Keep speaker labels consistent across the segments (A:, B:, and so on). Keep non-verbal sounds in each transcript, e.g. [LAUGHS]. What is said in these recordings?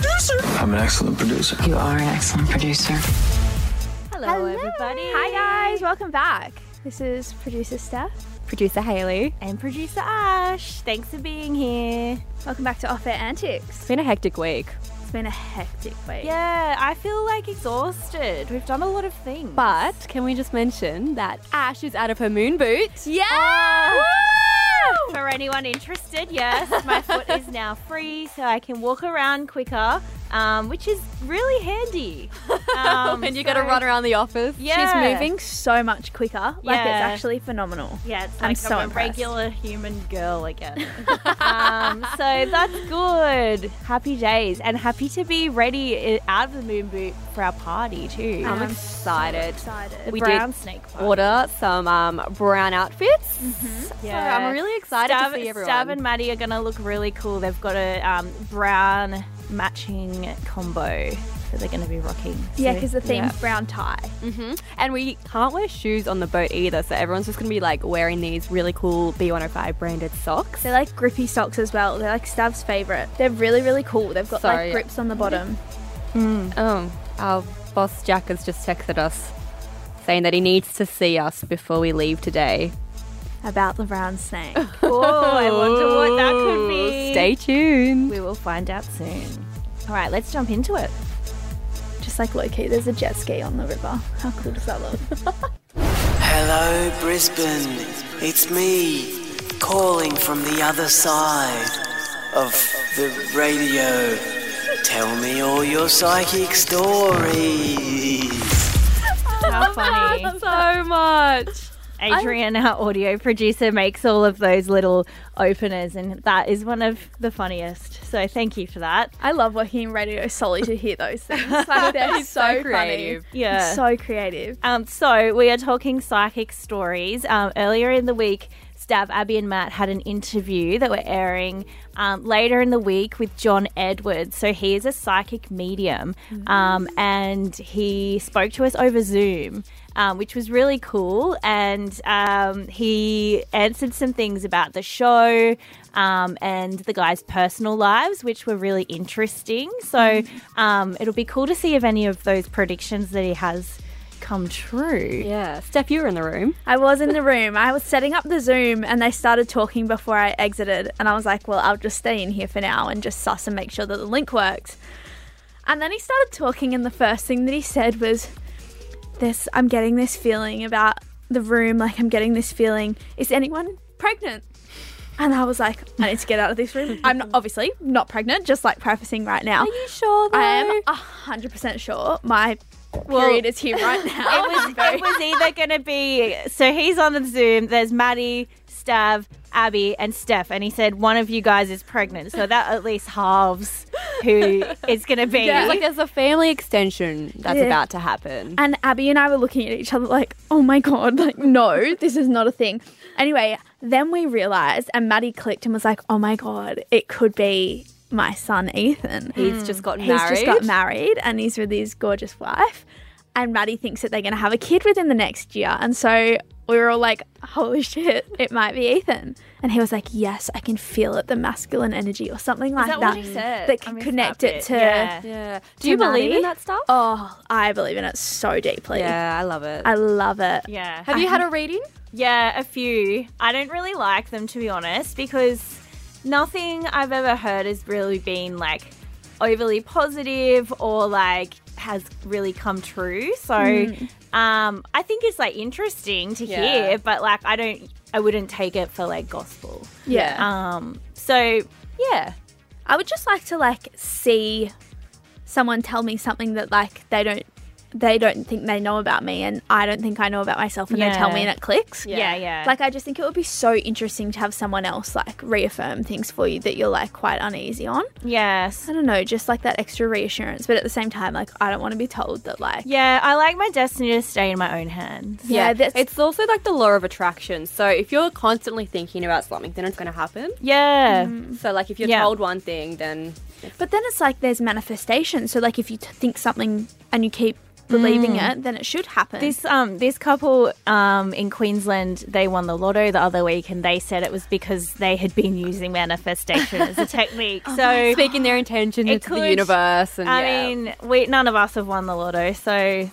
A: I'm an excellent producer.
B: You are an excellent producer.
C: Hello,
D: Hello.
C: everybody.
D: Hi, guys. Welcome back. This is producer Steph.
C: Producer Haley. And producer Ash. Thanks for being here.
D: Welcome back to Off Air Antics.
C: It's been a hectic week.
D: It's been a hectic week.
C: Yeah, I feel like exhausted. We've done a lot of things. But can we just mention that Ash is out of her moon boot?
D: Yeah!
C: Woo!
D: Woo!
C: For anyone interested, yes, my foot is now free, so I can walk around quicker, um, which is really handy. Um,
E: And you got to
C: so-
E: run around the office.
C: Yeah.
D: She's moving so much quicker. Like, it's
C: Yeah.
D: actually phenomenal.
C: Yeah, it's like
D: I'm
C: I'm,
D: so
C: a
D: impressed.
C: regular human girl again. um, so that's good. Happy days, and happy to be ready i- out of the moon boot for our party too. Um,
E: I'm
D: I'm
E: excited.
D: Excited.
C: the
E: we
C: brown
E: did
C: snake party.
E: Order some um, brown outfits. So I'm really excited
C: Stab,
E: to see everyone.
C: Stab and Maddie are gonna look really cool. They've got a um, brown matching combo that they're gonna be rocking.
D: Yeah,
C: So-
D: because the theme's
C: yeah.
D: brown tie.
E: Mhm. And we can't wear shoes on the boat either, so everyone's just going to be like wearing these really cool B105 branded socks.
D: They're like grippy socks as well. They're like Stav's favourite. They're really, really cool. They've got
E: Sorry.
D: like grips on the bottom.
E: Oh, our boss Jack has just texted us saying that he needs to see us before we leave today.
D: About the brown snake.
C: Oh, I wonder what that could
E: Ooh,
C: be.
E: Stay tuned.
C: We will find out soon. All right, let's jump into it.
D: Just like Loki, there's a jet ski on the river. How cool does that look?
F: Hello, Brisbane. It's me calling from the other side of the radio. Tell me all your psychic stories.
C: [LAUGHS] How funny.
E: so much.
C: Adrian, our audio producer, makes all of those little openers, and that is one of the funniest. So thank you for that.
D: I love working in radio solely to hear those things.
C: [LAUGHS]
D: Like, they're so,
E: creative.
D: Funny.
C: Yeah.
D: So creative.
C: Um, so we are talking psychic stories. Um, earlier in the week, Stav, Abby, and Matt had an interview that we're airing um, later in the week with John Edwards. So he is a psychic medium, um, and he spoke to us over Zoom. Um, which was really cool, and um, he answered some things about the show um, and the guys' personal lives, which were really interesting. So um, it'll be cool to see if any of those predictions that he has come true.
E: Yeah. Steph, you were in the room.
D: I was in the room. I was setting up the Zoom and they started talking before I exited. And I was like, well, I'll just stay in here for now and just suss and make sure that the link works. And then he started talking, and the first thing that he said was, This, I'm getting this feeling about the room. Like, I'm getting this feeling. Is anyone pregnant? And I was like, I need to get out of
C: [LAUGHS]
D: this room. I'm not, obviously not pregnant, just like prefacing right now.
E: Sure.
D: I am 100% sure my period is here
C: [LAUGHS]
D: right now.
C: It
D: [LAUGHS]
C: was, it was either going to be so he's on the Zoom. There's Maddie, Stav, Abby, and Steph, and he said one of you guys is pregnant. So that at least halves [LAUGHS] who it's going to be.
E: It's like there's a family extension that's
D: Yeah.
E: about to happen.
D: And Abby and I were looking at each other like, oh my God, like, no, this is not a thing. Anyway, then we realized, and Maddie clicked and was like, oh my God, it could be my son, Ethan.
E: Mm. He's just got
D: He's
E: married.
D: just got married and he's with his gorgeous wife. And Maddie thinks that they're going to have a kid within the next year. And so we were all like, holy shit, it might be Ethan. And he was like, yes, I can feel it, the masculine energy or something like
C: that
D: that.
C: what he said?
D: That
C: I
D: can
C: missed
D: connect
C: that
D: it
C: bit.
D: to.
C: Yeah.
E: yeah. Do you
D: Tamati?
E: believe in that stuff?
D: Oh, I believe in it so deeply.
E: Yeah, I love it.
D: I love it.
C: yeah.
E: Have you had a reading?
C: Yeah, a few. I don't really like them to be honest because nothing I've ever heard has really been like overly positive or like has really come true. So um I think it's like interesting to
E: Yeah.
C: hear, but like I don't I wouldn't take it for like gospel.
D: Yeah.
C: Um so yeah.
D: I would just like to like see someone tell me something that like they don't they don't think they know about me and I don't think I know about myself and they tell me
C: Yeah.
D: and it clicks.
C: Yeah, yeah.
D: Like I just think it would be so interesting to have someone else like reaffirm things for you that you're like quite uneasy on.
C: yes.
D: I don't know, just like that extra reassurance, but at the same time like I don't want to be told that like
C: Yeah, I like my destiny to stay in my own hands.
D: Yeah, that's-
E: it's also like the law of attraction. So if you're constantly thinking about something, then it's going to happen.
C: Yeah.
E: So like if you're
C: Yeah.
E: told one thing, then
D: But then it's like there's manifestation. So like if you t- think something and you keep believing
C: Mm.
D: it, then it should happen.
C: This um this couple um in Queensland they won the lotto the other week and they said it was because they had been using manifestation as a
E: [LAUGHS]
C: technique. so
E: Uh-huh. Speaking their intention
C: It
E: into the
C: could-
E: universe. And,
C: I
E: yeah.
C: mean, we none of us have won the lotto, so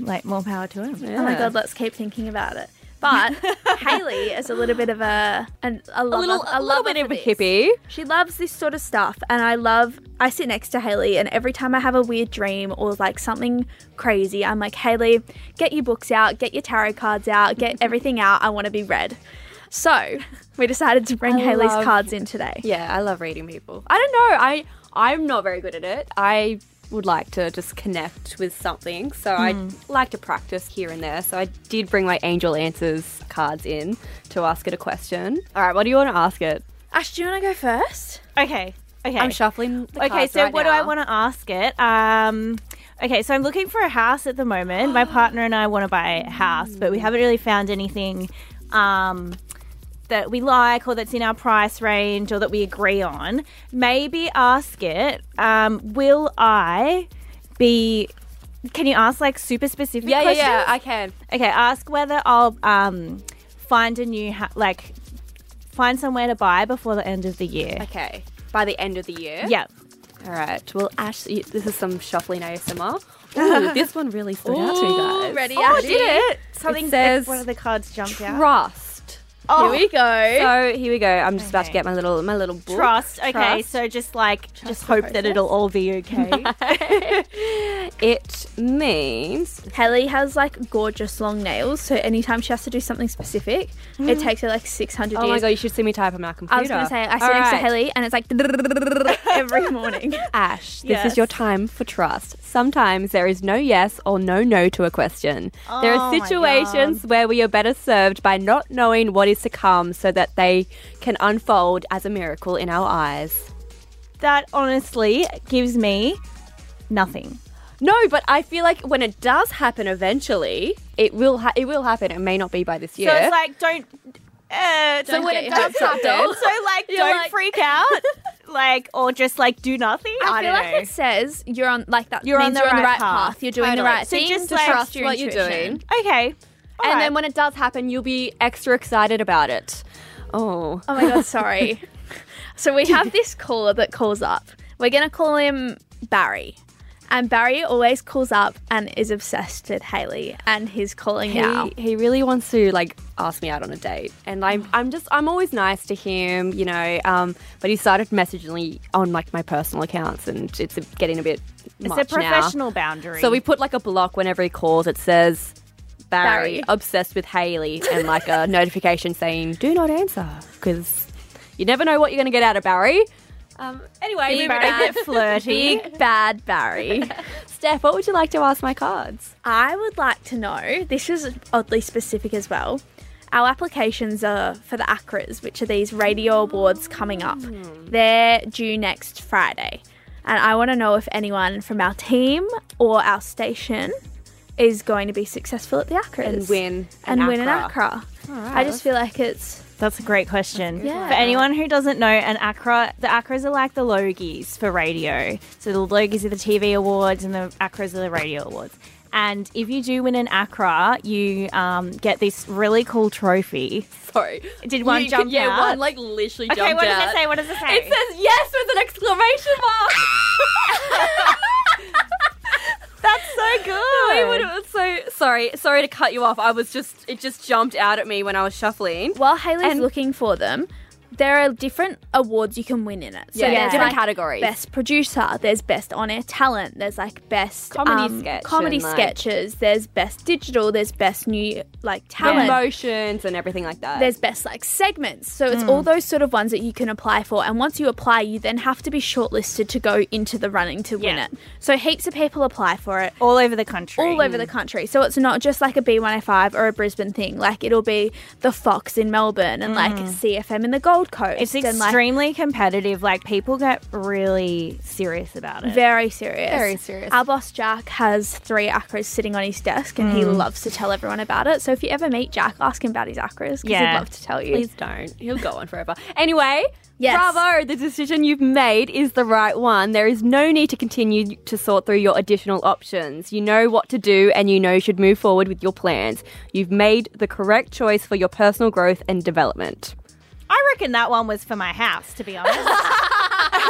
C: like more power to them.
D: oh my
E: Yeah.
D: god, let's keep thinking about it.
E: [LAUGHS]
D: But Haley is a little bit of a an, a, lover,
E: little- a little
D: lover
E: bit
D: for
E: of a
D: this.
E: hippie.
D: She loves this sort of stuff, and I love. I sit next to Haley, and every time I have a weird dream or like something crazy, I'm like, Haley, get your books out, get your tarot cards out,
E: [LAUGHS]
D: get everything out. I want to be read. So we decided to bring
E: I
D: Haley's
E: love-
D: cards in today.
E: Yeah, I love reading people. I don't know. I I'm not very good at it. I would like to just connect with something, so I like to practice here and there. So I did bring my angel answers cards in to ask it a question. All right, what do you want to ask it?
D: Ash, do you want to go first?
C: Okay. Okay.
E: I'm shuffling. The
C: Okay,
E: cards
C: so
E: right
C: what do I
E: now.
C: want to ask it? Um, okay, so I'm looking for a house at the moment. My partner and I want to buy a house, but we haven't really found anything um, that we like or that's in our price range or that we agree on. Maybe ask it, um, will I be. Can you ask like super specific
E: Yeah, yeah,
C: questions?
E: yeah. I can.
C: Okay, ask whether I'll um, find a new, ha- like, find somewhere to buy before the end of the year.
E: Okay. By the end of the year.
C: Yeah.
E: All right. Well, Ash, y- this is some shuffling [LAUGHS] ASMR. Ooh, this one really stood out to you guys.
D: Ready,
C: Oh, I
D: Ashley?
C: did it. Something
E: says-
C: one of the cards jumped out.
E: Trust.
D: Here we go.
E: So here we go. I'm just about to
C: Okay.
E: get my little my little book.
C: Trust. Okay,
E: Trust.
C: so just like just
D: the
C: hope that it'll all be
E: [LAUGHS]
C: okay.
E: It means
D: Haley has like gorgeous long nails, so anytime she has to do something specific, it takes her like 600
E: Mm. Oh my
D: years.
E: god, you should see me type on my computer.
D: I was gonna say, I sit
E: All
D: next to
E: right.
D: Haley and it's like [LAUGHS] every morning.
E: Ash, this
D: Yes.
E: is your time for trust. Sometimes there is no yes or no no to a question. there
C: Oh
E: are
C: my
E: situations where we are better served by not knowing what is to come so that they can unfold as a miracle in our eyes.
C: that honestly gives me nothing.
E: No, but I feel like when it does happen eventually, it will ha- it will happen. It may not be by this year.
C: So it's like don't. Uh, so
D: Don't
C: when
D: get
C: it
D: your
C: does
D: hopes up,
C: happen, [LAUGHS]
D: doll.
C: so like
D: You're
C: don't
D: like-
C: freak [LAUGHS] out, like or just like do nothing. [LAUGHS] I,
D: I, feel
C: don't
D: like
C: know.
D: it says you're on like that.
C: You're on
D: means
C: the
D: you're on the
C: right
D: right
C: path.
D: path. You're doing
E: Totally.
D: the right
C: So
D: thing.
C: just,
D: to
C: like,
D: trust your
E: what you're
D: intuition.
E: doing.
C: okay.
E: and then when it does happen, you'll be extra excited about it. Oh.
D: Oh my
C: [LAUGHS]
D: god, sorry. so we have this caller that calls up. We're gonna call him Barry. And Barry always calls up and is obsessed with Haley, and he's calling now.
E: He, he really wants to like ask me out on a date, and
C: Oh.
E: I'm I'm just I'm always nice to him, you know. Um, but he started messaging me on like my personal accounts, and it's getting a bit
C: it's
E: much
C: a
E: now.
C: professional boundary.
E: So we put like a block whenever he calls. It says Barry,
D: Barry.
E: obsessed with Haley, and
C: [LAUGHS]
E: like a notification saying do not answer because you never know what you're going to get out of Barry. Um, anyway,
C: Big
E: moving on.
C: bad, [LAUGHS] flirty.
D: Big bad Barry.
E: [LAUGHS] Steph, what would you like to ask my cards?
D: I would like to know this is oddly specific as well. Our applications are for the ACRAs, which are these radio awards coming up.
E: Hmm.
D: They're due next Friday. And I want to know if anyone from our team or our station is going to be successful at the ACRAs
E: And win
D: And
E: an
D: win an
E: ACRA.
D: ACRA. I just feel like it's.
C: That's a great question.
D: Yeah.
C: For anyone who doesn't know, an Accra, the Accras are like the Logies for radio. So the Logies are the TV awards and the Accras are the radio awards. And if you do win an Accra, you um, get this really cool trophy.
E: Sorry,
C: Did one
E: You-
C: jump
E: Yeah,
C: out?
E: one like literally
C: Okay,
E: jumped
C: what
E: out.
C: does it say? What does it say?
E: It says yes with an exclamation mark. [LAUGHS]
C: That's [LAUGHS] so
E: We
C: good.
E: would've- so sorry, sorry to cut you off. I was just it just jumped out at me when I was shuffling.
D: While Haley's
E: And-
D: looking for them, there are different awards you can win in it. So
E: Yeah,
D: there's
E: different
D: like
E: categories.
D: Best producer. There's best on air talent. There's like best
E: Comedy
D: um,
E: sketch
D: comedy
E: and, like-
D: sketches. There's best digital. There's best new like talent.
E: Emotions and everything like that.
D: There's best like segments. So it's all those sort of ones that you can apply for. And once you apply, you then have to be shortlisted to go into the running to win
C: Yeah.
D: it. So heaps of people apply for it
C: all over the country.
D: all over the country. So it's not just like a B105 or a Brisbane thing. Like it'll be the Fox in Melbourne and like CFM in the Gold Coast.
C: It's
D: and, like,
C: extremely competitive. Like people get really serious about it.
D: very serious.
E: Very serious.
D: Our boss Jack has three acras sitting on his desk and he loves to tell everyone about it. So if you ever meet Jack, ask him about his acras because
C: Yeah. [LAUGHS]
D: he'd love to tell you.
E: Please don't. He'll go on forever. Anyway,
D: Yes.
E: Bravo, the decision you've made is the right one. There is no need to continue to sort through your additional options. You know what to do and you know you should move forward with your plans. You've made the correct choice for your personal growth and development.
C: I reckon that one was for my house, to be honest. [LAUGHS]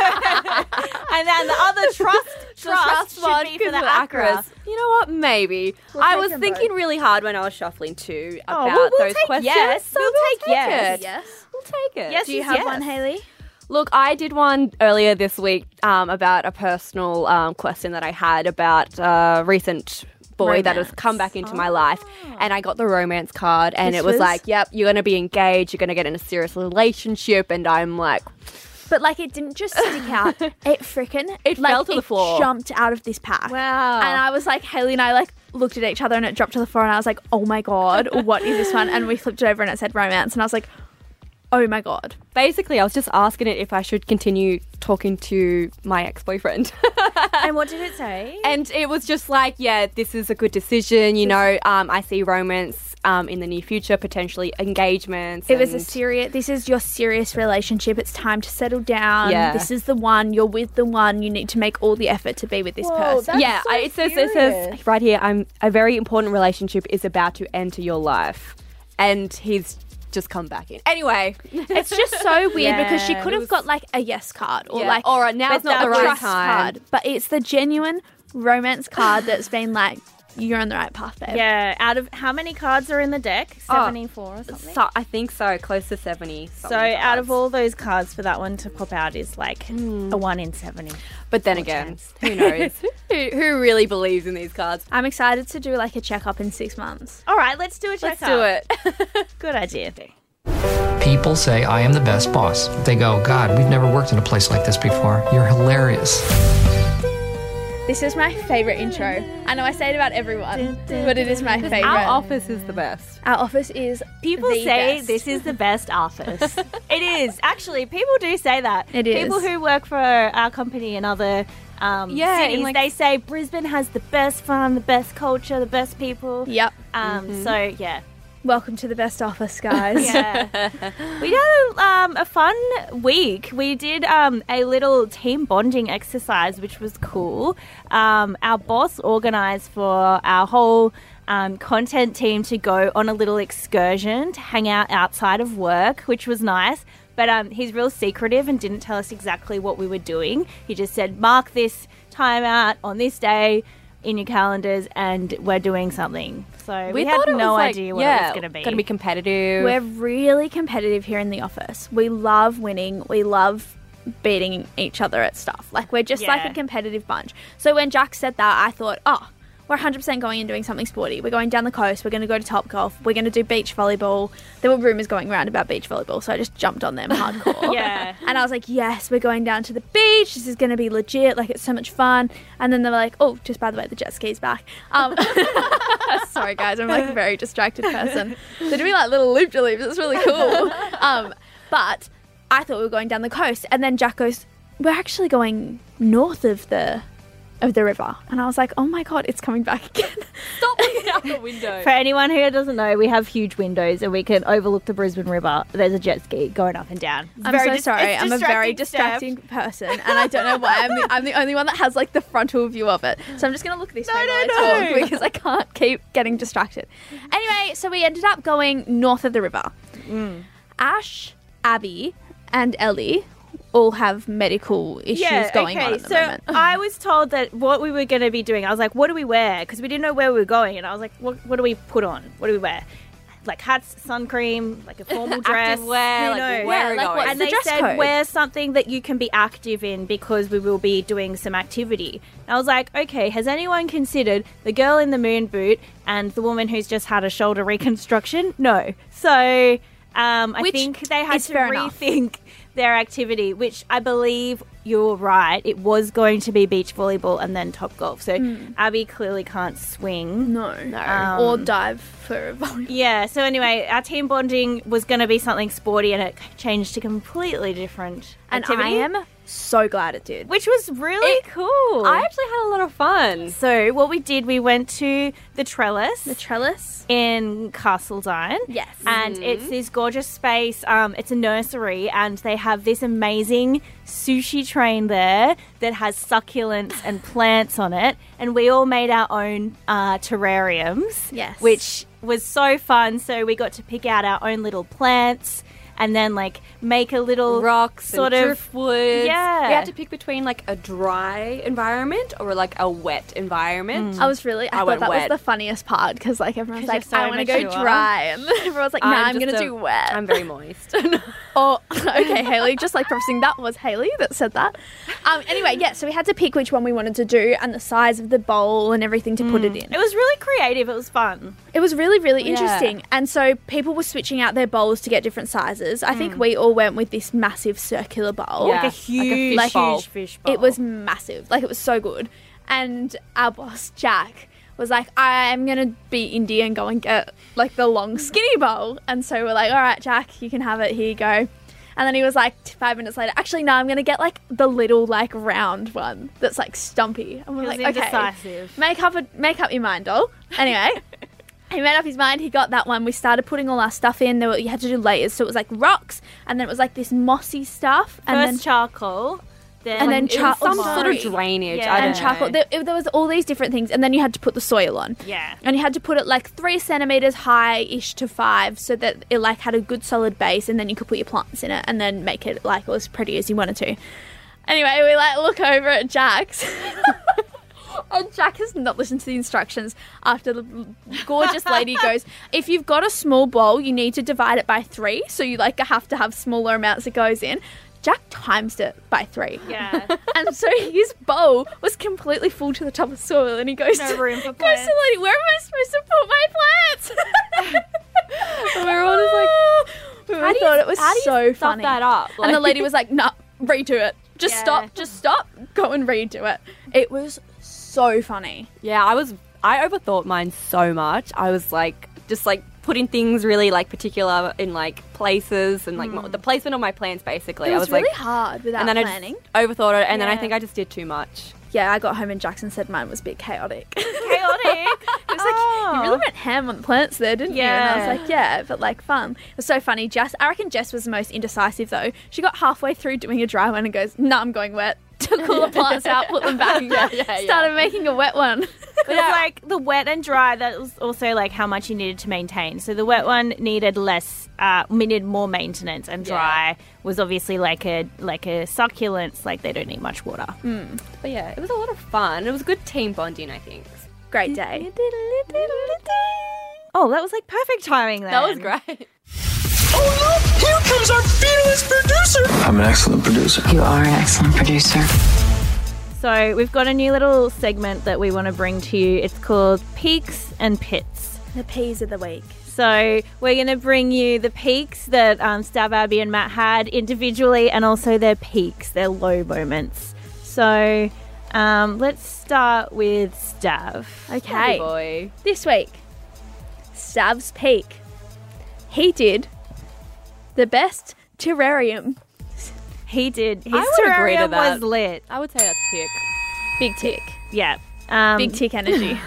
C: and then the other trust, trust, should be for the Acra.
E: Acras. You know what? Maybe. I
D: take
E: was
D: them
E: thinking really hard when I was shuffling too
C: Oh,
E: about
C: we'll- we'll
E: those
C: take
E: questions.
C: yes.
E: so
C: We'll take yes.
E: it.
D: Yes.
E: We'll take it.
C: Yes,
D: Do you
C: yes,
D: have
C: yes.
D: one, Haley?
E: Look, I did one earlier this week um, about a personal um, question that I had about a recent boy that has come back into my life. And I got the romance card, and
D: Which
E: it was,
D: was-
E: like, yep, you're going to be engaged, you're going to get in a serious relationship. And I'm like,
D: But like, it didn't just stick out. It freaking
E: It
D: like,
E: fell to the
D: it
E: floor.
D: Jumped out of this pack.
E: Wow.
D: And I was like, Haley and I like looked at each other, and it dropped to the floor, and I was like, Oh my god, what is this one? And we flipped it over, and it said romance, and I was like, Oh my god.
E: basically, I was just asking it if I should continue talking to my ex boyfriend.
C: And what did it say?
E: [LAUGHS] and it was just like, yeah, this is a good decision. You know, um, I see romance um, in the near future, potentially engagements.
D: It was a
E: and-
D: serious. This is your serious relationship. It's time to settle down.
E: Yeah.
D: This is the one. You're with the one. You need to make all the effort to be with this person.
E: yeah, I- it says it says right here. I'm a very important relationship is about to enter your life, and he's just come back in.
D: [LAUGHS]
E: Anyway,
D: It's just so weird because she
C: Yeah,
D: could have got like a yes card or
E: Yeah,
D: like
E: all right, now's
D: but
E: not
C: the right
D: trust
E: time.
D: Card, but it's the genuine romance card that's been like, you're on the right path, babe.
C: Yeah, out of how many cards are in the deck? 74 or something.
E: so, I think so, close to seventy.
C: So out of all those cards for that one to pop out is like a 1 in 70.
E: but then again,
C: chance. [LAUGHS]
E: who knows? who, who really believes in these cards?
D: I'm excited to do like a checkup in six months.
C: All right, let's do a checkup.
E: Let's do it.
C: [LAUGHS] Good idea.
A: People say I am the best boss. They go, God, we've never worked in a place like this before. You're hilarious.
D: This is my favorite intro. I know I say it about everyone, but it is my favorite.
E: Our office is the best.
D: Our office is
C: People
D: the
C: say
D: best.
C: this
D: [LAUGHS]
C: is the best office. it is. Actually, people do say that.
D: It
C: People
D: is.
C: who work for our company in other um,
E: Yeah, in
C: cities,
E: like-
C: they say Brisbane has the best fun, the best culture, the best people.
D: Yep.
C: Um,
D: Mm-hmm.
C: So, yeah.
D: Welcome to the best office, guys.
C: [LAUGHS] Yeah. we had a, um, a fun week. We did um, a little team bonding exercise, which was cool. Um, our boss organized for our whole um, content team to go on a little excursion to hang out outside of work, which was nice. But um, he's real secretive and didn't tell us exactly what we were doing. He just said, mark this time out on this day in your calendars and we're doing something. So we, had
E: thought it
C: no
E: was, like,
C: idea what
E: yeah,
C: it was going to be.
E: Going to be competitive.
D: We're really competitive here in the office. We love winning. We love beating each other at stuff. Like we're just like
C: Yeah.
D: a competitive bunch. So when Jack said that, I thought, oh, we're 100% going and doing something sporty. We're going down the coast. We're going to go to Top Golf. We're going to do beach volleyball. There were rumors going around about beach volleyball, so I just jumped on them
C: [LAUGHS]
D: hardcore.
C: Yeah.
D: And I was like, yes, we're going down to the beach. This is going to be legit. Like, it's so much fun. And then they were like, oh, just by the way, the jet ski's back. Um, [LAUGHS] sorry, guys. I'm like a very distracted person. They're doing like little loop de loops. It's really cool. Um, but I thought we were going down the coast. And then Jack goes, we're actually going north of the. Of the river, and I was like, "Oh my god, it's coming back again!"
E: Stop looking out
D: [LAUGHS]
E: the window.
C: For anyone who doesn't know, we have huge windows and we can overlook the Brisbane River. There's a jet ski going up and down. It's
D: I'm
C: very
D: so
C: dis-
D: sorry.
C: it's
D: I'm a very
C: Steph.
D: distracting person, and I don't know why. I'm the, I'm the only one that has like the frontal view of it. So I'm just gonna look this way
C: no,
D: while I
C: no. Mm-hmm.
D: talk [LAUGHS] because I can't keep getting distracted. Anyway, so we ended up going north of the river.
C: Mm.
D: Ash, Abby, and Ellie all have medical issues going on at the
C: so
D: moment.
C: I was told that what we were going to be doing, I was like, what do we wear? Because we didn't know where we were going. And I was like, what, what do we put on? What do we wear? Like hats, sun cream, like a
D: [LAUGHS]
C: formal dress.
E: wear,
C: who
E: like
C: knows?
E: where
D: Yeah,
E: are
D: like
E: going?
D: what-
C: and
D: the
C: they
D: dress
C: said
D: code?
C: wear something that you can be active in because we will be doing some activity. And I was like, okay, has anyone considered the girl in the moon boot and the woman who's just had a shoulder reconstruction? No. So um, I
D: Which
C: think they had
D: is
C: to
D: fair enough.
C: rethink their activity, which I believe you're right. It was going to be beach volleyball and then top golf. So
D: Hmm.
C: Abby clearly can't swing.
D: [LAUGHS] no, no, or
C: Um,
D: dive for [LAUGHS] a volleyball.
C: Yeah, so anyway, our team bonding was going to be something sporty and it changed to completely different
D: and
C: activity?
D: I am so glad it did.
C: which was really cool.
E: I actually had a lot of fun.
C: so what we did, we went to the trellis
D: The trellis.
C: in Castledine.
D: Yes.
C: And
D: Mm-hmm.
C: it's this gorgeous space. Um, it's a nursery, and they have this amazing sushi train there that has succulents
D: [LAUGHS]
C: and plants on it. And we all made our own uh, terrariums.
D: Yes.
C: Which was so fun. So we got to pick out our own little plants and then, like, make a little
E: Rocks,
C: sort
E: and
C: of.
E: driftwoods.
C: Yeah.
E: we had to pick between like a dry environment or like a wet
C: Mm.
E: environment.
D: I was really. I,
E: I
D: thought
E: went
D: that
E: wet.
D: was the funniest part because like everyone's
C: 'Cause
D: like,
C: you're so
D: I want to go
C: mature.
D: dry, and [LAUGHS] everyone's like, Nah, I'm,
E: just
D: gonna
E: a-
D: do wet. [LAUGHS]
E: I'm very moist.
D: Oh, okay, Haley. Just like prefacing, that was Haley that said that. Um, anyway, yeah. So we had to pick which one we wanted to do and the size of the bowl and everything to put
E: Mm.
D: it in.
C: It was really creative. It was fun.
D: It was really, really interesting. And so people were switching out their bowls to get different sizes. I think we all went with this massive circular bowl.
E: Mm. Yeah.
C: Like a
E: Like a
C: huge,
E: fish bowl.
C: huge fish bowl.
D: It was massive. Like it was so good. And our boss Jack was like, "I'm gonna be India and go and get like the long skinny bowl." And so we're like, "All right, Jack, you can have it. Here you go." And then he was like, t- five minutes later, actually, no, I'm gonna get like the little like round one that's like stumpy. And we're
C: He was
D: like, okay,
C: indecisive.
D: make up a, make up your mind, doll. Anyway. He made up his mind. He got that one. We started putting all our stuff in. There were, you had to do layers, so it was like rocks, and then it was like this mossy stuff, and
C: First
D: then
C: charcoal. Then
D: And then
C: It was
D: char-
E: [LAUGHS] Some
D: Oh
E: sort of
D: my.
E: drainage.
C: Yeah.
E: I don't
D: and charcoal.
E: know.
D: There, there was all these different things, and then you had to put the soil on.
C: Yeah.
D: [LAUGHS] And you had to put it like three centimeters high ish to five, so that it like had a good solid base, and then you could put your plants in it, and then make it like as pretty as you wanted to. Anyway, we like look over at Jack's. And Jack has not listened to the instructions after the gorgeous lady goes, If you've got a small bowl, you need to divide it by three. So you like have to have smaller amounts that goes in. Jack times it by three.
C: Yeah.
D: And so his bowl was completely full to the top of soil, and he goes,
C: No
D: to,
C: room for
D: goes to the
C: plants.
D: lady, where am I supposed to put my plants? [LAUGHS] we were all just like, we [LAUGHS] all
E: do you-
D: thought it was
E: how do you
D: so
E: stuff
D: funny.
E: that up?
D: and the
E: Like-
D: lady was like, no, redo it. Just
C: Yeah.
D: stop, just stop, go and redo it. It was so funny.
E: Yeah, I was. I overthought mine so much. I was like, just like putting things really like particular in like places and like m the placement of my plants. Basically,
D: It
E: I
D: was,
E: was
D: really
E: like,
D: hard without
E: and then
D: planning.
E: I just overthought it, and then I
C: Yeah.
E: think I just did too much.
D: yeah, I got home and Jackson said mine was a bit [LAUGHS] [LAUGHS] chaotic. Oh. it was
C: [LAUGHS] chaotic.
D: like, you
E: Oh.
D: really went ham on the plants there, didn't you? And I
C: Yeah.
D: was like, yeah, but like fun. It was so funny. Jess, I reckon Jess was the most indecisive though. She got halfway through doing a dry one and goes, no, I'm going wet. [LAUGHS] Took all the plants out, put them
E: [LAUGHS]
D: back,
E: Yeah, yeah, yeah.
D: started making a wet one. [LAUGHS]
C: It was like the wet and dry. That was also like how much you needed to maintain. So the wet one needed less, uh, needed more maintenance, and dry was obviously like a like a succulents. Like they don't need much water.
E: But yeah, it was a lot of fun. It was good team bonding. I think
D: Great day.
C: Oh, that was like perfect timing. Then.
E: that was great. [LAUGHS]
F: I'm an excellent producer.
B: You are an excellent producer.
C: So we've got a new little segment that we want to bring to you. It's called Peaks and Pits.
D: The peas of the week.
C: So we're going to bring you the peaks that um, Stab Abby and Matt had individually, and also their peaks, their low moments. So um, let's start with Stav.
D: Okay.
E: boy.
D: This week, Stav's Peak. He did the best terrarium.
C: He did. His
E: I would agree to
C: terrarium
E: that.
C: was lit.
E: I would say that's a pick.
D: Big tick.
C: Yeah. Um,
D: Big tick
E: [LAUGHS]
D: energy.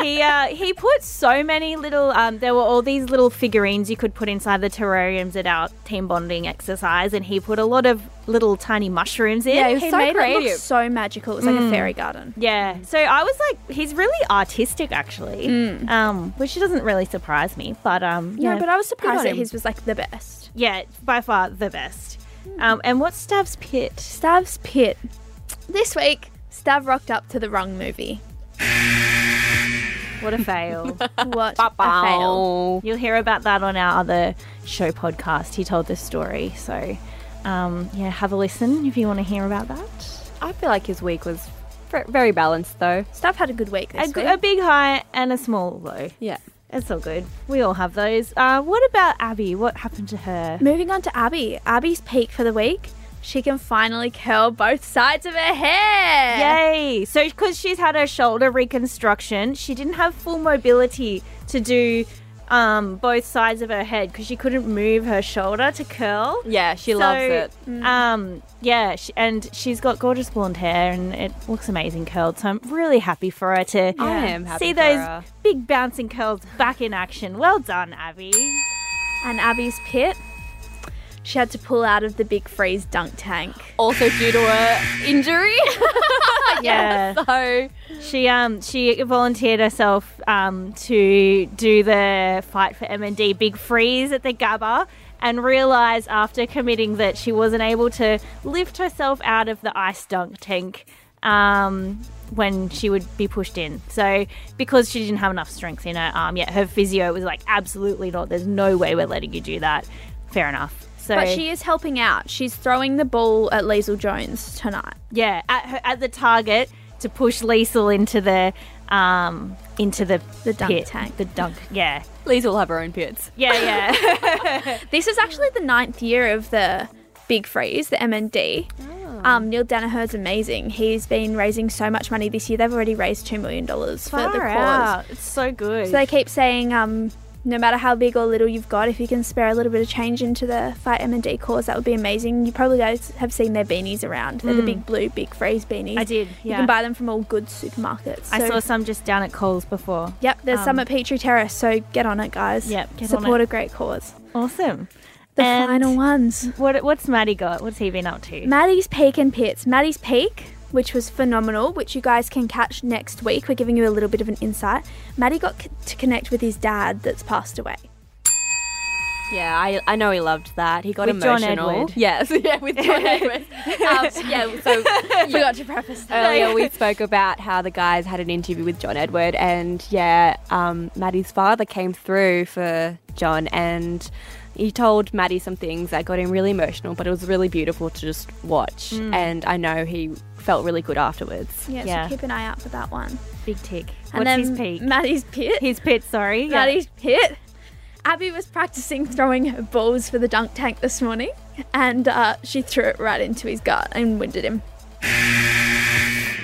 C: he uh, he put so many little. Um, there were all these little figurines you could put inside the terrariums at our team bonding exercise, and he put a lot of little tiny mushrooms in.
E: he was so
D: made it look
E: creative. Mm.
D: so magical. It was like a fairy garden.
C: Yeah. So I was like, he's really artistic, actually, um, which doesn't really surprise me. But um, yeah,
D: Mm. No, but I was surprised
E: on
D: that
E: him.
D: his was like the best.
C: yeah, by far the best. Um, and what's Stav's pit?
D: Stav's Pit. This week, Stav rocked up to the
C: [LAUGHS]
D: wrong movie.
C: What a
D: [LAUGHS]
C: fail!
D: What a fail.
E: Bow.
C: You'll hear about that on our other show podcast. He told this story, so um, yeah, have a listen if you want to hear about that.
E: I feel like his week was ver- very balanced though.
D: Stav had a good week
C: A,
D: this
C: g-
D: week.
C: a big high and a small low.
E: Yeah.
C: It's all good. We all have those. Uh, what about Abby? What happened to her?
D: Moving on to Abby. Abby's Peak for the week. She can finally curl both sides of her hair.
C: Yay! So, because she's had her shoulder reconstruction, she didn't have full mobility to do um, both sides of her head because she couldn't move her shoulder to curl.
E: Yeah, she
C: So,
E: loves it.
C: Um, yeah, she, and she's got gorgeous blonde hair and it looks amazing curled. So I'm really happy for her to
E: I am happy
C: see
E: for
C: those
E: her.
C: big bouncing curls back in action. Well done,
E: [LAUGHS]
C: Abby.
D: And Abby's pit, she had to pull out of the big freeze dunk tank.
E: Also due to her injury. [LAUGHS]
C: Yeah.
E: so
C: She um she volunteered herself um to do the fight for M and D big freeze at the Gabba and realized after committing that she wasn't able to lift herself out of the ice dunk tank um when she would be pushed in. So because she didn't have enough strength in her arm yet, her physio was like, absolutely not. There's no way we're letting you do that. Fair enough. So
D: But she is helping out. She's throwing the ball at Liesl Jones tonight.
C: yeah, at her, at the target to push Liesel into the um into the
D: The dunk
C: pit,
D: tank.
C: The dunk. Yeah.
E: Lisa will have her own pits.
C: Yeah,
D: [LAUGHS]
C: yeah.
D: This is actually the ninth year of the big freeze, the MND.
C: Oh.
D: Um, Neil Danaher's amazing. He's been raising so much money this year. They've already raised $2 million for the cause.
C: It's so good.
D: So they keep saying, um, no matter how big or little you've got, if you can spare a little bit of change into the Fight M&D cause, that would be amazing. You probably guys have seen their beanies around. They're the big blue, big phrase beanies.
C: Mm. I did,
D: You
C: yeah.
D: can buy them from all good supermarkets.
C: I
D: So-
C: saw some just down at Coles before.
D: Yep, there's some
C: um,
D: at Petrie Terrace, so get on it, guys.
C: Yep, get on
D: Support
C: it.
D: a great cause.
C: Awesome.
D: The
C: And-
D: final ones.
C: What what's Maddie got? What's he been up to?
D: Maddie's Peak and Pits. Maddie's Peak, which was phenomenal, which you guys can catch next week. We're giving you a little bit of an insight. Maddie got c- to connect with his dad that's passed away. [LAUGHS]
E: Yeah, I, I know he loved that. He got
C: With John
E: emotional.
C: Edward.
E: Yes, [LAUGHS] yeah, with John Edward. Um, yeah, [LAUGHS] so
D: Forgot to preface
C: Uh,
D: that.
E: earlier we spoke about how the guys had an interview with John Edward, and yeah, um, Maddie's father came through for John, and he told Maddie some things that got him really emotional, but it was really beautiful to just watch, and I know he felt really good afterwards.
D: Yeah,
C: Yeah.
D: so keep an eye out for that one.
C: Big tick.
D: And
C: what's
D: then
C: his peak?
D: Maddie's Pit.
C: his pit, sorry. Yeah.
D: Maddie's Pit. Abby was practicing throwing her balls for the dunk tank this morning, and uh, she threw it right into his gut and winded him.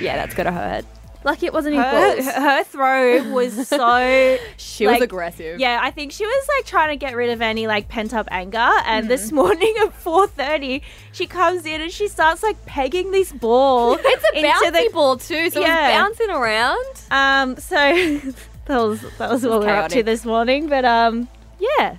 E: Yeah, that's gotta hurt.
D: Lucky it wasn't his
C: her,
E: [LAUGHS]
D: balls.
C: her throw was
D: [LAUGHS]
C: so
E: She
C: Like,
E: was aggressive.
C: Yeah, I think she was like trying to get rid of any like pent up anger. And
D: Mm-hmm.
C: this morning at four thirty, she comes in and she starts like pegging this
D: [LAUGHS]
C: ball.
E: It's a
C: into
E: bouncy
C: the-
E: ball too, so
C: Yeah.
E: it was bouncing around.
C: Um, so [LAUGHS] that was that was what we were up to
E: chaotic.
C: this morning. But um, yeah,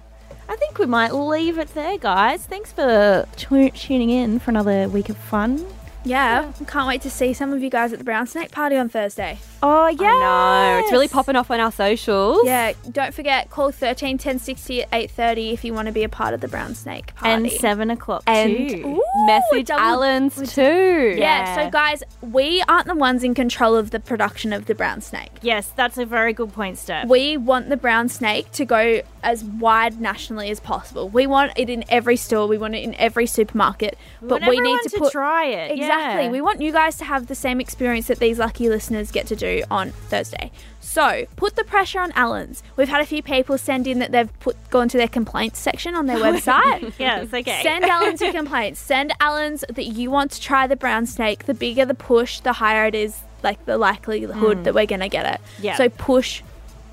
C: I think we might leave it there, guys. Thanks for tu- tuning in for another week of fun.
D: Yeah, can't wait to see some of you guys at the Brown Snake Party on Thursday.
C: Oh yeah,
E: I know. It's really popping off on our socials.
D: Yeah, don't forget call 13 1060 at 8:30 if you want to be a part of the brown snake party.
C: And seven o'clock
E: And
C: too.
E: message
D: double-
E: Allen's too.
D: yeah, so guys, we aren't the ones in control of the production of the brown snake.
C: Yes, that's a very good point, Steph.
D: We want the brown snake to go as wide nationally as possible. We want it in every store, we want it in every supermarket, but
C: want
D: we need
C: everyone
D: to,
C: to
D: put
C: try it.
D: Exactly.
C: yeah.
D: We want you guys to have the same experience that these lucky listeners get to do on Thursday. So put the pressure on Allen's. We've had a few people send in that they've put gone to their complaints section on
C: [LAUGHS]
D: their website.
C: Yes, okay.
D: Send
C: [LAUGHS]
D: Allen's your complaints. Send Allen's that you want to try the brown snake. The bigger the push, the higher it is, like the likelihood that we're gonna get it.
C: Mm. Yeah.
D: So push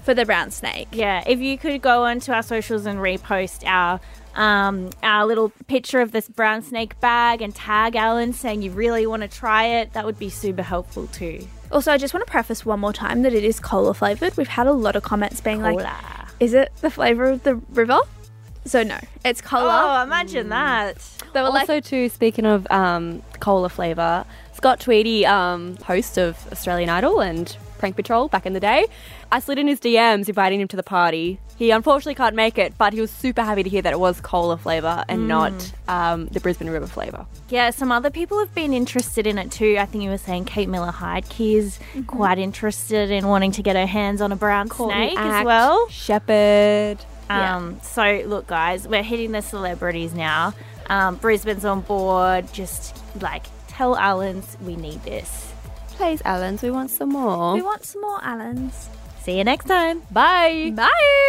D: for the brown snake.
C: Yeah, if you could go onto our socials and repost our um, our little picture of this brown snake bag and tag Alan saying you really want to try it, that would be super helpful too.
D: Also, I just want to preface one more time that it is cola flavored. We've had a lot of comments being like,
C: Hola.
D: "Is it the flavor of the river?" So no, it's cola.
C: Oh, imagine that.
D: they were
E: also
D: like,
E: too, speaking of um, cola flavour, Scott Tweedy, um, host of Australian Idol and Prank Patrol back in the day, I slid in his DMs inviting him to the party. He unfortunately can't make it, but he was super happy to hear that it was cola flavour and not um, the Brisbane River flavour.
C: Yeah, some other people have been interested in it too. I think you were saying Kate Miller Heidke is quite interested in wanting to get her hands on a brown snake as well.
E: Shepherd.
C: Um, So, look, guys, we're hitting the celebrities now. Um, Brisbane's on board. Just like tell Allen's we need this.
E: Plays Allen's. We want some more.
D: "We want some more Allens."
C: See you next time.
E: Bye.
D: Bye.